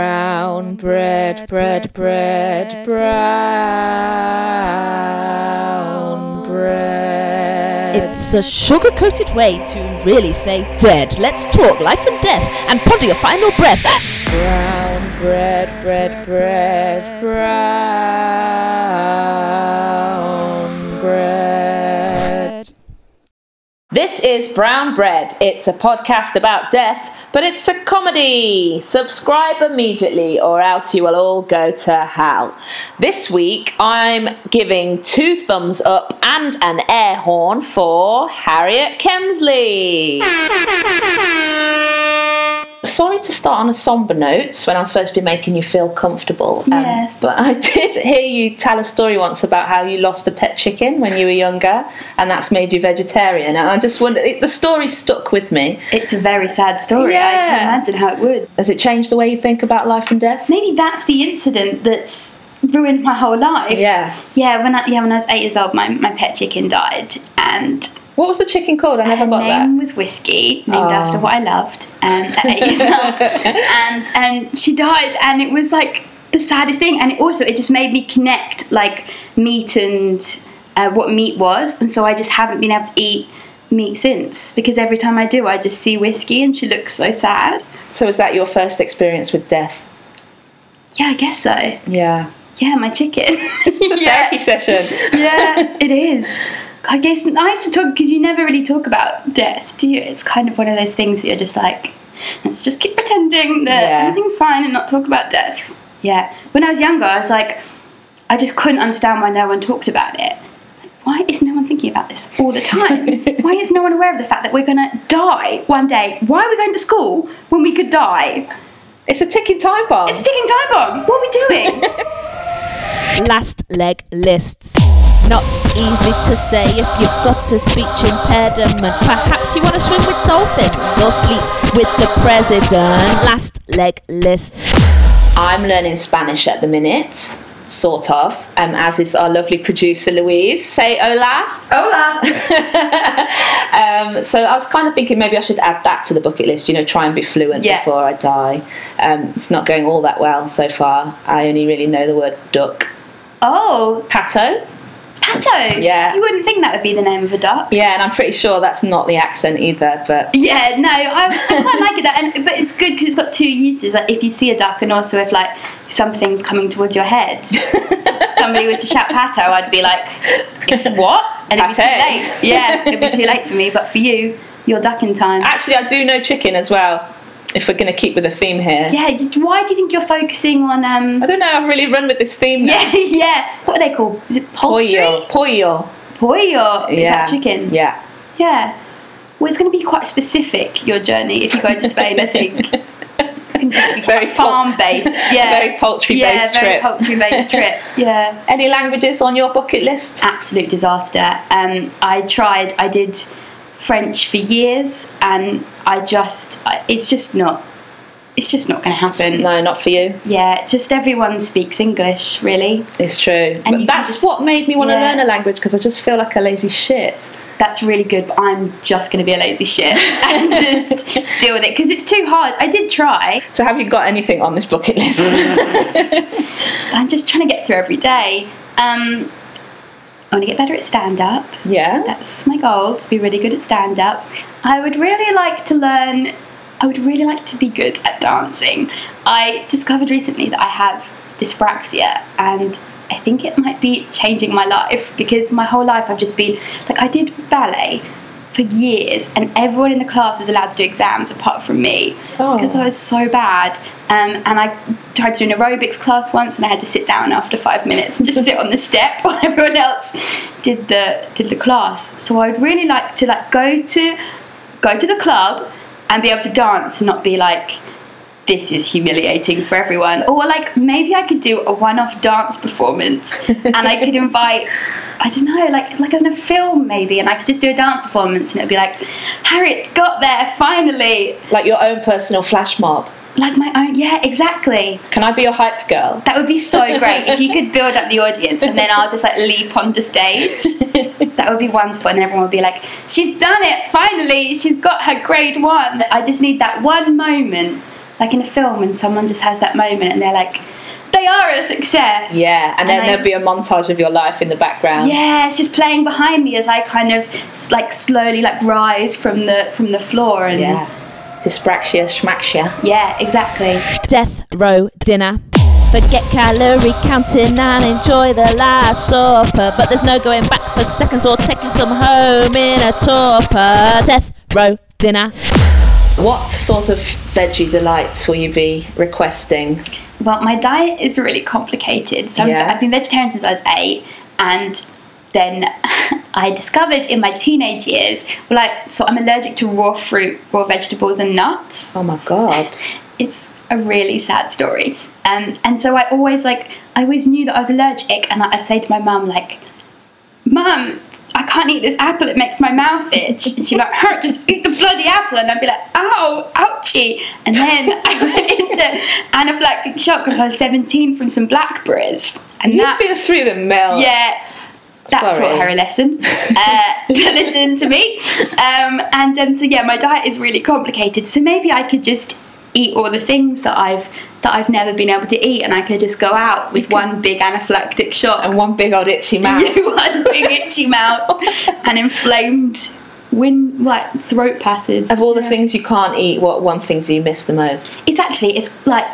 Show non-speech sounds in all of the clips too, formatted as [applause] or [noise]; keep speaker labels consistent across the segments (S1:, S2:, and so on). S1: Brown bread, bread, bread, brown bread.
S2: It's a sugar coated way to really say dead. Let's talk life and death and ponder your final breath.
S1: brown bread, bread, bread, brown bread.
S3: This is Brown Bread. It's a podcast about death, but it's a comedy. Subscribe immediately, or else you will all go to hell. This week, I'm giving two thumbs up and an air horn for Harriet Kemsley. Sorry to start on a somber note when I'm supposed to be making you feel comfortable. um,
S4: Yes.
S3: But I [laughs] did hear you tell a story once about how you lost a pet chicken when you were younger, and that's made you vegetarian. And I just wonder, it, the story stuck with me.
S4: It's a very sad story. I
S3: Yeah.
S4: can imagine how it would.
S3: Has it changed the way you think about life and death?
S4: Maybe that's the incident that's ruined my whole life.
S3: Yeah.
S4: Yeah, when I yeah, when I was eight years old my, my pet chicken died and
S3: What was the chicken called? I never
S4: her
S3: got
S4: Um, name was Whiskey,
S3: Oh.
S4: named after what I loved um, at eight years old. And um, she died, and it was like the saddest thing. And it also, it just made me connect like meat and uh, what meat was. And so I just haven't been able to eat meat since because every time I do, I just see Whiskey and she looks so sad.
S3: that. So was that your first experience with death?
S4: Yeah, I guess so.
S3: Yeah.
S4: Yeah, my chicken. [laughs]
S3: It's a
S4: yeah.
S3: therapy session.
S4: yeah, it is. I guess it's nice to talk because you never really talk about death, do you? It's kind of one of those things that you're just like, let's just keep pretending that
S3: Yeah.
S4: everything's fine and not talk about death. Yeah. When I was younger, I was like, I just couldn't understand why no one talked about it. Why is no one thinking about this all
S3: [laughs]
S4: the time? why is no one aware of the fact that we're going to die one day? Why are we going to school when we could die?
S3: It's a ticking time bomb.
S4: It's a ticking time bomb. What are we
S3: [laughs]
S4: doing?
S2: Last leg lists. Not easy to say if you've got a speech impediment. Perhaps you want to swim with dolphins or sleep with the president. Last leg lists.
S3: I'm learning Spanish at the minute, sort of, um, as is our lovely producer Louise. Say hola. Hola. [laughs] um, so I was kind of thinking maybe I should add that to the bucket list, you know, try and be fluent
S4: Yeah.
S3: before I die. Um, it's not going all that well so far. I only really know the word duck.
S4: Oh,
S3: Pato?
S4: Pato.
S3: Yeah.
S4: You wouldn't think that would be the name of a duck.
S3: Yeah, and I'm pretty sure that's not the accent either, but
S4: Yeah, no, I, I quite like it. That, and, but it's good because it's got two uses. Like if you see a duck, and also if like something's coming towards
S3: [laughs]
S4: your head, somebody were to shout "pato," I'd be like, "It's
S3: [laughs]
S4: what?" And it'd be too
S3: Pate.
S4: late. Yeah,
S3: [laughs]
S4: it'd be too late for me. But for you, you're duck in time.
S3: actually, I do know chicken as well, if we're going to keep with the theme here.
S4: yeah. You, why do you think you're focusing on?
S3: I
S4: um
S3: don't know, I've really run with this theme now.
S4: [laughs] Yeah, yeah. What are they called? Is it poultry?
S3: Pollo. Pollo.
S4: Pollo. Is
S3: Yeah.
S4: that chicken?
S3: Yeah.
S4: Yeah. Well, it's going to be quite specific your journey if you go to Spain. I think.
S3: [laughs] very
S4: farm based,
S3: [laughs]
S4: yeah.
S3: very poultry based
S4: yeah, very
S3: trip.
S4: poultry based
S3: [laughs]
S4: trip. Yeah.
S3: Any languages on your bucket list?
S4: Absolute disaster. Um, I tried, I did French for years and I just, I- it's just not, it's just not going to happen.
S3: No, not for you.
S4: Yeah, just everyone speaks English, really.
S3: It's true.
S4: you
S3: But
S4: can
S3: that's
S4: just-
S3: what made me want to
S4: yeah.
S3: learn a language because I just feel like a lazy shit.
S4: That's really good, but I'm just going to be a lazy shit [laughs] and just deal with it because it's too hard. I did try.
S3: So have you got anything on this bucket list?
S4: [laughs] I'm just trying to get through every day. Um, I want to get better at stand up.
S3: yeah.
S4: That's my goal to be really good at stand up. I would really like to learn, I would really like to be good at dancing. I discovered recently that I have dyspraxia and I think it might be changing my life because my whole life I've just been like, I did ballet for years and everyone in the class was allowed to do exams apart from me
S3: Oh.
S4: because I was so bad. Um, and I tried to do an aerobics class once, and I had to sit down after five minutes and just sit on the step [laughs] while everyone else did the did the class. So I would really like to like go to go to the club and be able to dance and not be like this is humiliating for everyone. Or like maybe I could do a one-off dance performance and I could invite I don't know, like like in a film maybe, and I could just do a dance performance and it'd be like, Harriet's got there finally.
S3: Like your own personal flash mob.
S4: Like my own, yeah, exactly.
S3: Can I be your hype girl?
S4: That would be
S3: [laughs]
S4: so great if you could build up the audience and then I'll just like leap
S3: [laughs]
S4: onto stage. That would be wonderful, and everyone would be like, "She's done it! Finally, she's got her grade one." I just need that one moment like in a film and someone just has that moment and they're like, they are a success.
S3: Yeah, and then
S4: I-
S3: there'll be a montage of your life in the background.
S4: yeah, it's just playing behind me as I kind of s- like slowly like rise from the from the floor and
S3: Yeah. Dyspraxia, schmaxia.
S4: yeah, exactly.
S2: Death row dinner. Forget calorie counting and enjoy the last supper. But there's no going back for seconds or taking some home in a torpor. Death row dinner.
S3: What sort of veggie delights will you be requesting?
S4: Well, my diet is really complicated. So I'm-
S3: Yeah.
S4: I've been vegetarian since I was eight, and then [laughs] I discovered in my teenage years, well, I, so I'm allergic to raw fruit, raw vegetables, and nuts.
S3: Oh my god.
S4: It's a really sad story. Um, and so I always like, I always knew that I was allergic, and I'd say to my mum like, "Mum, I can't eat this apple. It makes my mouth itch." And she'd be like, "Huh, just eat the bloody apple." And I'd be like, "Ow, ouchie!" And then I went into anaphylactic shock when I was 17 from some blackberries,
S3: [laughs]
S4: and
S3: You've
S4: that
S3: been through the mill.
S4: yeah. That
S3: Sorry.
S4: taught her a lesson
S3: [laughs]
S4: uh, to listen to me. Um, and um, so yeah, my diet is really complicated. So maybe I could just eat all the things that I've that I've never been able to eat, and I could just go out with one big anaphylactic shock,
S3: And
S4: [laughs]
S3: one big old itchy mouth.
S4: one big itchy
S3: [laughs]
S4: mouth, and inflamed wind like throat passage.
S3: Of all the things you can't eat, what one thing do you miss the most?
S4: It's actually it's like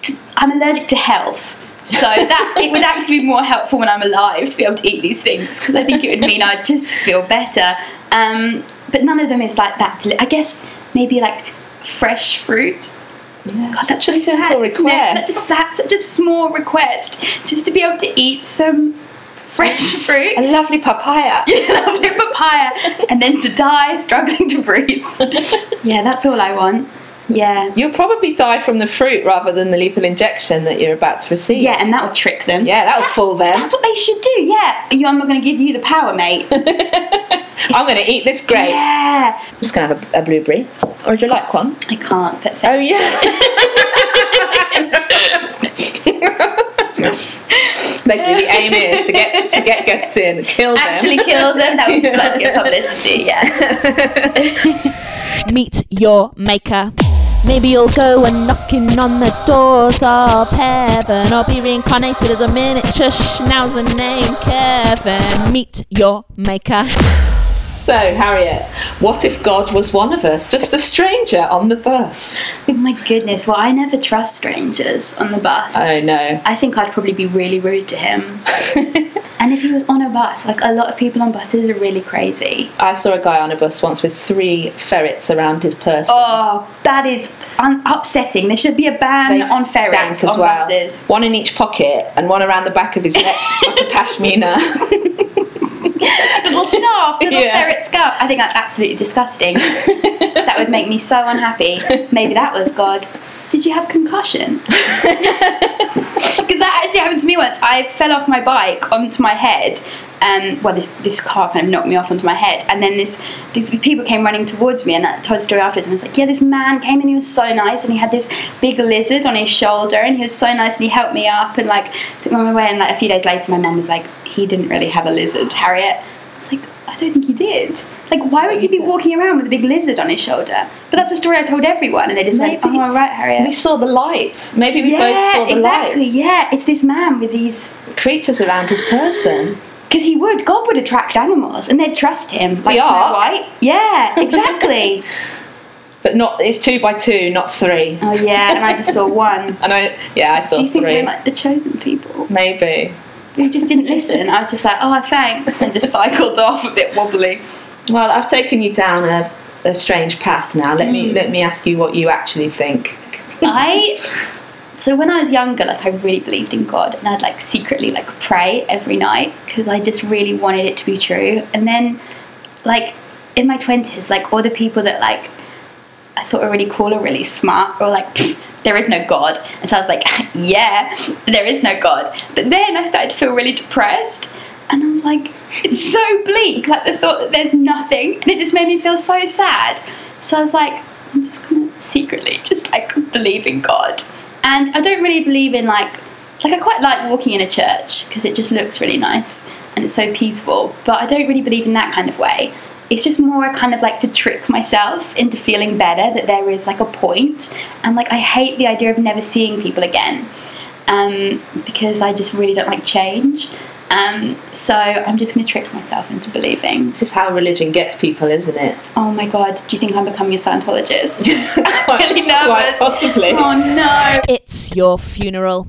S4: t- I'm allergic to health. So that it would actually be more helpful when I'm alive to be able to eat these things because I think it would mean I'd just feel better. Um, but none of them is like that. deli- I guess maybe like fresh fruit. God, that's
S3: such a
S4: so sad,
S3: simple
S4: isn't it?
S3: request.
S4: Such a, sad, such a small request just to be able to eat some
S3: [laughs]
S4: fresh fruit.
S3: A
S4: [laughs]
S3: lovely papaya.
S4: Lovely papaya, and then to die struggling to
S3: [laughs]
S4: breathe. Yeah, that's all I want. Yeah.
S3: You'll probably die from the fruit rather than the lethal injection that you're about to receive.
S4: Yeah, and that would trick them.
S3: Yeah, that would fool them.
S4: That's what they should do, yeah. You, I'm not going to give you the power, mate.
S3: I'm going to eat this grape.
S4: Yeah.
S3: I'm just going to have a, a blueberry. Or would you like one?
S4: I can't, but
S3: Oh, yeah. [laughs] Basically, the aim is to get to get guests in, kill them.
S4: actually kill them, that would be such good publicity, yeah.
S2: Meet your maker. Maybe you'll go and knocking on the doors of heaven, or be reincarnated as a miniature schnauzer named Kevin. Meet your maker.
S3: so, Harriet, what if God was one of us, just a stranger on the bus?
S4: Oh my goodness, well, I never trust strangers on the bus.
S3: Oh no.
S4: I think I'd probably be really rude to him. and if he was on a bus, like a lot of people on buses are really crazy.
S3: I saw a guy on a bus once with three ferrets around his person.
S4: Oh, that is un- upsetting. There should be a ban
S3: They
S4: on
S3: stank
S4: ferrets on buses.
S3: One in each pocket and one around the back of his neck, like a
S4: [laughs]
S3: pashmina.
S4: Little scarf,
S3: [laughs]
S4: little
S3: Yeah.
S4: ferret scarf. I think that's
S3: [laughs]
S4: absolutely disgusting. That would make me so unhappy. Maybe that was God. Did you have concussion? [laughs] Because that actually happened to me once. I fell off my bike onto my head. Um, well, this, this car kind of knocked me off onto my head, and then this, these, these people came running towards me, and I told the story afterwards. And I was like, "Yeah, this man came and he was so nice, and he had this big lizard on his shoulder, and he was so nice, and he helped me up, and like took me on my way." And like a few days later, my mum was like, "He didn't really have a lizard, Harriet." I was like, "I don't think he did. Like, why would he be walking around with a big lizard on his shoulder?" But that's a story I told everyone, and they just went,
S3: Maybe-
S4: "Oh, right, Harriet."
S3: we saw the light. Maybe we both saw the
S4: exactly.
S3: light.
S4: Yeah, it's this man with these.
S3: Creatures around his person.
S4: Because he would, God would attract animals, and they'd trust him. Like
S3: The
S4: Snow
S3: Ark.
S4: White. [laughs] Yeah, exactly.
S3: But not it's two by two, not three.
S4: oh yeah, and I just saw one.
S3: And I yeah, I saw
S4: Do you think
S3: three.
S4: we're like the chosen people?
S3: Maybe.
S4: We just didn't listen. I was just like, oh, thanks, and just [laughs] cycled off a bit wobbly.
S3: Well, I've taken you down a, a strange path now. Let
S4: Hmm.
S3: me let me ask you what you actually think.
S4: I so when I was younger, like I really believed in God, and I'd like secretly like pray every night because I just really wanted it to be true. And then, like in my twenties, like all the people that like I thought were really cool or really smart or like [laughs] "Pfft, there is no God, and so I was like, [laughs] yeah, there is no God. But then I started to feel really depressed. And I was like, it's so bleak, like the thought that there's nothing, and it just made me feel so sad. So I was like, I'm just gonna secretly just like believe in God. And I don't really believe in like like I quite like walking in a church because it just looks really nice and it's so peaceful. But I don't really believe in that kind of way. it's just more a kind of like to trick myself into feeling better that there is like a point. And like I hate the idea of never seeing people again um, because I just really don't like change. Um, so I'm just going to trick myself into believing.
S3: This is how religion gets people, isn't it?
S4: Oh my god, do you think I'm becoming a Scientologist? [laughs] I'm really
S3: Quite
S4: nervous.
S3: possibly.
S4: Oh
S3: [laughs]
S4: no.
S2: It's your funeral.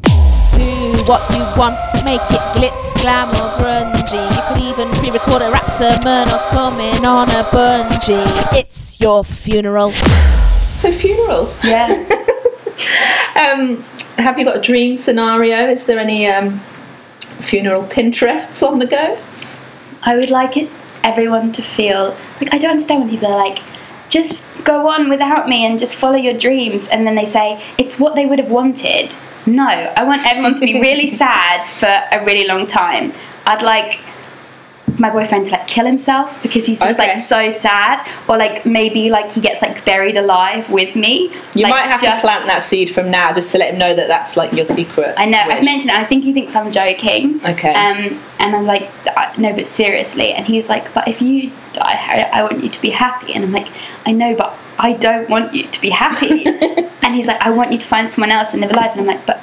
S2: Do what you want, make it glitz, glam or grungy. You could even pre-record a rap sermon or come in on a bungee. It's your funeral.
S3: So funerals.
S4: Yeah.
S3: Um, have you got a dream scenario? Is there any um, funeral Pinterests on the go?
S4: I would like it everyone to feel like I don't understand when people are like, just go on without me and just follow your dreams, and then they say it's what they would have wanted. No, I want everyone to be
S3: [laughs]
S4: really sad for a really long time. I'd like my boyfriend to like kill himself because he's just
S3: Okay.
S4: like so sad, or like maybe like he gets like buried alive with me.
S3: You
S4: Like,
S3: might have to
S4: just-
S3: plant that seed from now just to let him know that that's like your secret.
S4: I know.
S3: wish.
S4: I've mentioned it. I think he thinks I'm joking.
S3: Okay.
S4: Um, and I'm like, "Uh, no, but seriously. And he's like, but if you die, Harry, I want you to be happy. And I'm like, I know, but I don't want you to be happy.
S3: [laughs]
S4: and he's like, I want you to find someone else in the life. And I'm like, but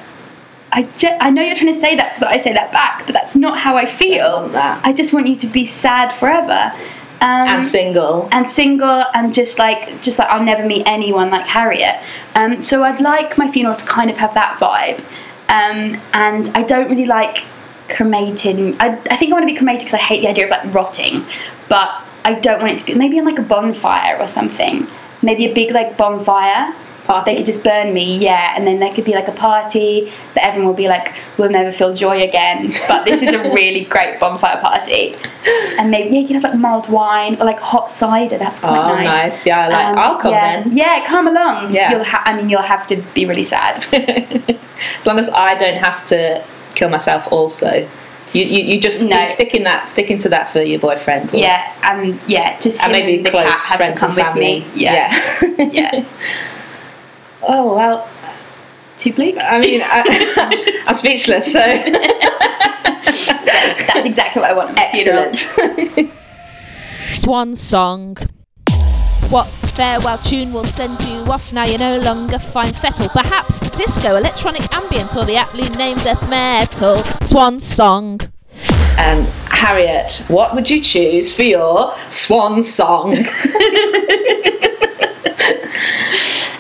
S4: I, ju- I know you're trying to say that so that I say that back, but that's not how I feel.
S3: want that.
S4: I just want you to be sad forever. Um,
S3: and single.
S4: and single and just like just like I'll never meet anyone like Harriet. Um, so I'd like my funeral to kind of have that vibe. Um, and I don't really like cremating. I, I think I want to be cremated because I hate the idea of like rotting, but I don't want it to be maybe in like a bonfire or something. Maybe a big like bonfire.
S3: Party.
S4: They could just burn me, yeah, and then there could be like a party that everyone will be like, "We'll never feel joy again." [laughs] But this is a really great bonfire party and maybe yeah, you can have like mild wine or like hot cider. That's quite
S3: Oh,
S4: nice. Um,
S3: nice. Yeah, I like- I'll come
S4: yeah.
S3: then.
S4: Yeah, come along.
S3: Yeah.
S4: you'll ha- I mean, you'll have to be really sad.
S3: [laughs] as long as I don't have to kill myself, also. You, you, you just
S4: No.
S3: you sticking that sticking to that for your boyfriend. or-
S4: yeah, um, yeah, just
S3: and
S4: him
S3: maybe
S4: the
S3: close
S4: cat have
S3: friends
S4: to
S3: and
S4: come
S3: family.
S4: with me. Yeah,
S3: [laughs] yeah.
S4: yeah.
S3: Oh well,
S4: Too bleak.
S3: I mean, I, [laughs] I'm speechless. So
S4: That's exactly what I want. at my
S3: [laughs]
S4: funeral.
S3: excellent.
S2: Swan song. What farewell tune will send you off now you no longer find fettle? Perhaps the disco, electronic ambient, or the aptly named death metal. Swan song.
S3: um, Harriet, what would you choose for your swan song?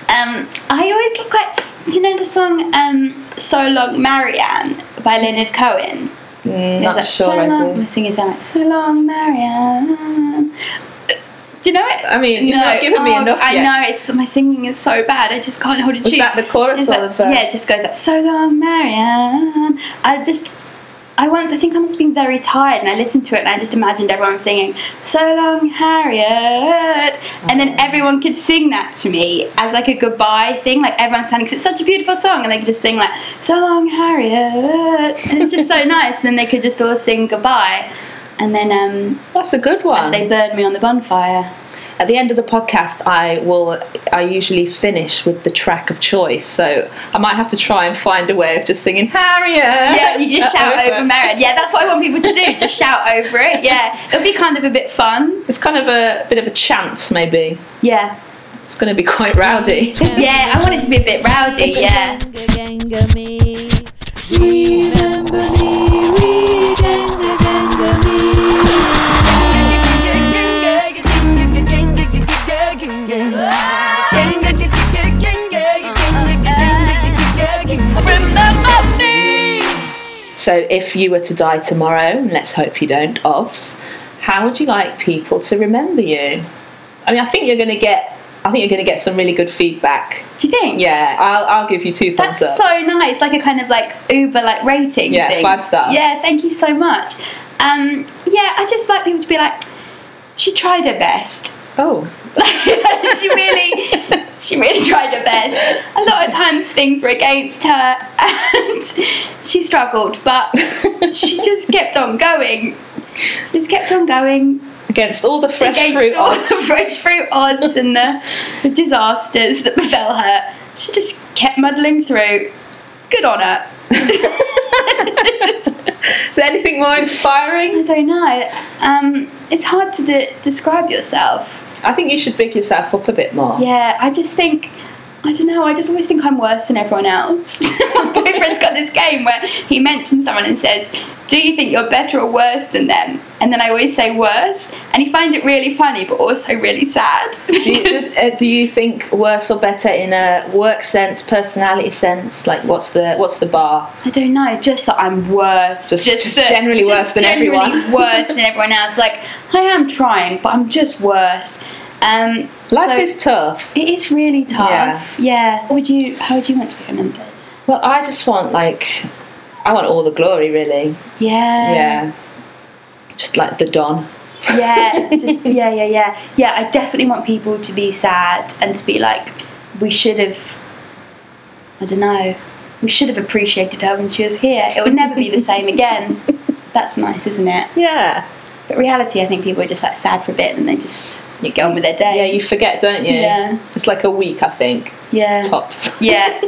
S4: Um, I always look quite. Do you know the song um, "So Long, Marianne" by Leonard Cohen?
S3: Mm, Not
S4: It's like,
S3: sure I
S4: so long,
S3: do.
S4: I'm singing so like "So Long, Marianne." Do you know it?
S3: I mean, you've not given me
S4: oh,
S3: enough
S4: I
S3: yet.
S4: know it's my singing is so bad. I just can't hold a
S3: Was
S4: tune.
S3: that the chorus
S4: It's
S3: or
S4: like-
S3: the verse?
S4: Yeah, it just goes like so long, Marianne. I just. I once, I think I must have been very tired, and I listened to it, and I just imagined everyone singing "So Long, Harriet," and then
S3: Oh.
S4: everyone could sing that to me as like a goodbye thing, like everyone standing because it's such a beautiful song, and they could just sing like "So Long, Harriet," and it's
S3: [laughs]
S4: just so nice. And then they could just all sing goodbye, and then um,
S3: That's a good
S4: as
S3: one.
S4: they burn me on the bonfire.
S3: At the end of the podcast, I will. I usually finish with the track of choice, so I might have to try and find a way of just singing Harriet. [laughs]
S4: Yeah, you just shout over Merritt. Yeah, that's what I want people to do. Just shout over it. Yeah, it'll be kind of a bit fun.
S3: It's kind of a bit of a chant, maybe.
S4: Yeah,
S3: It's going to be quite rowdy. [laughs]
S4: yeah. I want it to be a bit rowdy. Yeah.
S2: Ganga me.
S1: Remember me, re-ganga, ganga me. Remember me.
S3: so, if you were to die tomorrow, and let's hope you don't, Ovs, how would you like people to remember you? I mean, I think you're going to get. I think you're going to get some really good feedback.
S4: Do you think?
S3: Yeah, I'll, I'll give you two thumbs up.
S4: That's so nice, like a kind of like Uber like rating.
S3: Yeah,
S4: thing.
S3: five stars.
S4: Yeah, thank you so much. Um, yeah, I just like people to be like, she tried her best.
S3: oh, [laughs]
S4: Like [laughs] she really, she really tried her best. A lot of times things were against her, and [laughs] she struggled, but she just kept on going. She just kept on going
S3: against all the fresh
S4: against
S3: fruit
S4: all
S3: odds.
S4: the [laughs] fresh fruit odds and the, the disasters that befell her. She just kept muddling through. Good on her.
S3: Is there anything more
S4: I
S3: inspiring?
S4: don't know. Um, it's hard to de- describe yourself.
S3: I think you should big yourself up a bit more.
S4: Yeah, I just think I don't know. I just always think I'm worse than everyone else. [laughs] My boyfriend's got this game where he mentions someone and says, "Do you think you're better or worse than them?" And then I always say worse, and he finds it really funny, but also really sad.
S3: Do you, does, uh, do you think worse or better in a work sense, personality sense? Like, what's the what's the bar?
S4: I don't know, just that I'm worse.
S3: Just- just generally worse than
S4: generally
S3: everyone.
S4: [laughs] worse than everyone else. Like I am trying, but I'm just worse. Um,
S3: Life
S4: so
S3: is tough.
S4: it is really tough.
S3: Yeah.
S4: Yeah. What would you? How would you want to be remembered?
S3: Well, I just want like, I want all the glory, really.
S4: Yeah.
S3: yeah, just like the Don.
S4: Yeah.
S3: [laughs]
S4: just, yeah. Yeah. Yeah. Yeah. I definitely want people to be sad and to be like, we should have. I don't know. We should have appreciated her when she was here. It would never be the
S3: [laughs]
S4: same again. That's nice, isn't it?
S3: Yeah.
S4: But reality, I think people are just like sad for a bit and they just you go on with their
S3: Yeah,
S4: day.
S3: you forget, don't you?
S4: Yeah.
S3: It's like a week, I think,
S4: Yeah.
S3: tops. [laughs]
S4: Yeah.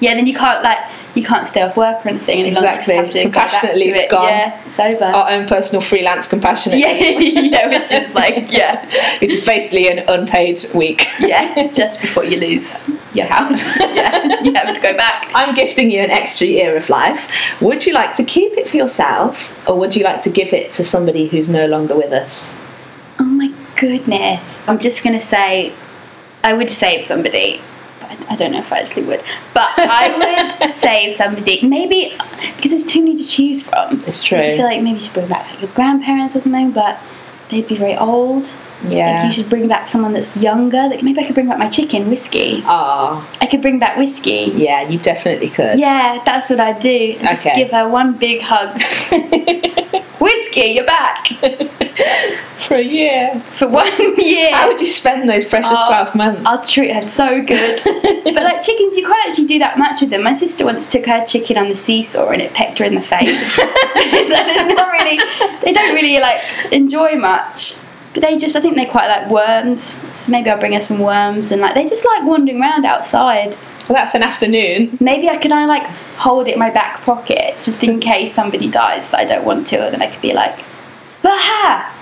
S4: yeah. Then you can't like you can't stay off work or anything. Any longer, you just
S3: Exactly.
S4: have to go back
S3: Compassionately,
S4: to
S3: it's
S4: it.
S3: gone. Oh,
S4: Yeah. It's over.
S3: Our own personal freelance compassionate.
S4: [laughs] yeah. [laughs] yeah. Which is like yeah.
S3: [laughs] Which is basically an unpaid
S4: [laughs]
S3: week.
S4: Yeah. Just before you lose your house. [laughs] yeah. You have to go back.
S3: I'm gifting you an extra year of life. Would you like to keep it for yourself or would you like to give it to somebody who's no longer with us?
S4: Oh my goodness. I'm just gonna say, I would save somebody. but I- I don't know if I actually would, but [laughs] I would save somebody. Maybe because there's too many to choose from.
S3: It's true.
S4: I feel like maybe you should bring back like your grandparents or something, but they'd be very old. Like
S3: yeah.
S4: you should bring back someone that's younger. Like maybe I could bring back my chicken whiskey.
S3: Ah,
S4: I could bring back whiskey.
S3: yeah, you definitely could.
S4: Yeah, that's what I do. And Just
S3: Okay.
S4: give her one big hug. [laughs] whiskey, you're back
S3: [laughs] For a year.
S4: for one [laughs] year.
S3: How would you spend those precious
S4: Oh,
S3: 12 months?
S4: I'll treat her so
S3: [laughs]
S4: good. but like chickens, you can't actually do that much with them. My sister once took her chicken on the seesaw and it pecked her in the face. [laughs] so it's not really, they don't really like enjoy much. But they just, I think they quite like worms. So maybe I'll bring her some worms and like they just like wandering around outside.
S3: well, that's an
S4: [laughs]
S3: afternoon. [laughs]
S4: Maybe I could I like hold it in my back pocket just in case somebody dies that I don't want to, and then I could be like, aha!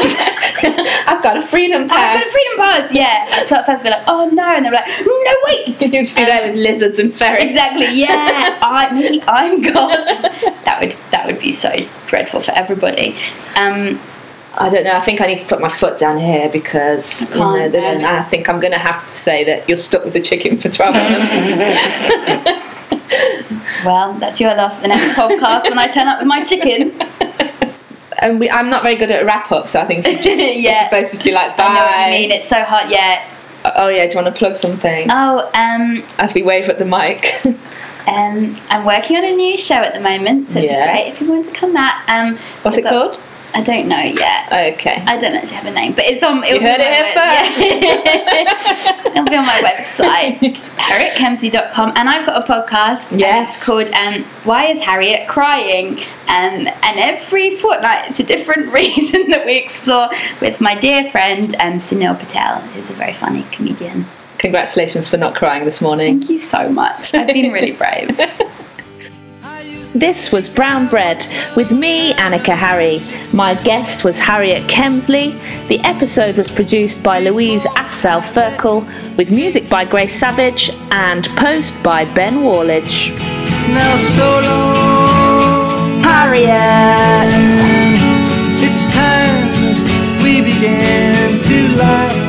S3: I've got a freedom pass.
S4: I've got a freedom pass. Yeah. Like, at first, be like, oh no, and they're like, no
S3: [laughs]
S4: wait,
S3: you just be
S4: Um,
S3: there with lizards and
S4: [laughs]
S3: ferrets.
S4: Exactly. [laughs] Yeah, I'm I'm God. That would that would be so dreadful for everybody. Um,
S3: I don't know. I think I need to put my foot down here because you
S4: Can't
S3: know, there's an,
S4: bear
S3: I think I'm going to have to say that you're stuck with the chicken for 12
S4: [laughs]
S3: months.
S4: well, that's your last the next podcast when I turn up with my chicken. [laughs]
S3: and we, I'm not very good at wrap up, so I think we should, we should
S4: [laughs] yeah.
S3: both just be like, bye.
S4: I know what you mean. It's so hard. Yeah.
S3: Oh, yeah, do you want to plug something?
S4: Oh, um,
S3: As we wave at the mic. [laughs]
S4: um, I'm working on a new show at the moment, so it'd
S3: Yeah.
S4: be great if you wanted to come. That. Um,
S3: What's
S4: I've
S3: it
S4: got-
S3: called?
S4: I don't know yet.
S3: Okay.
S4: I don't actually have a name, but it's on.
S3: You heard it here first.
S4: [laughs] It'll be on my website, harrietkemsey.com. And I've got a podcast. and
S3: Yes.
S4: It's called um, Why is Harriet Crying? Um, and every fortnight, it's a different [laughs] reason that we explore with my dear friend, um, Sunil Patel, who's a very funny comedian.
S3: Congratulations for not crying this morning.
S4: Thank you so much. I've been really brave.
S2: This was Brown Bread with me, Annika Harry. My guest was Harriet Kemsley. The episode was produced by Louise Afsal Ferkel, with music by Grace Savage and post by Ben Wallage.
S5: Now so long,
S2: Harriet!
S5: it's time we began to lie.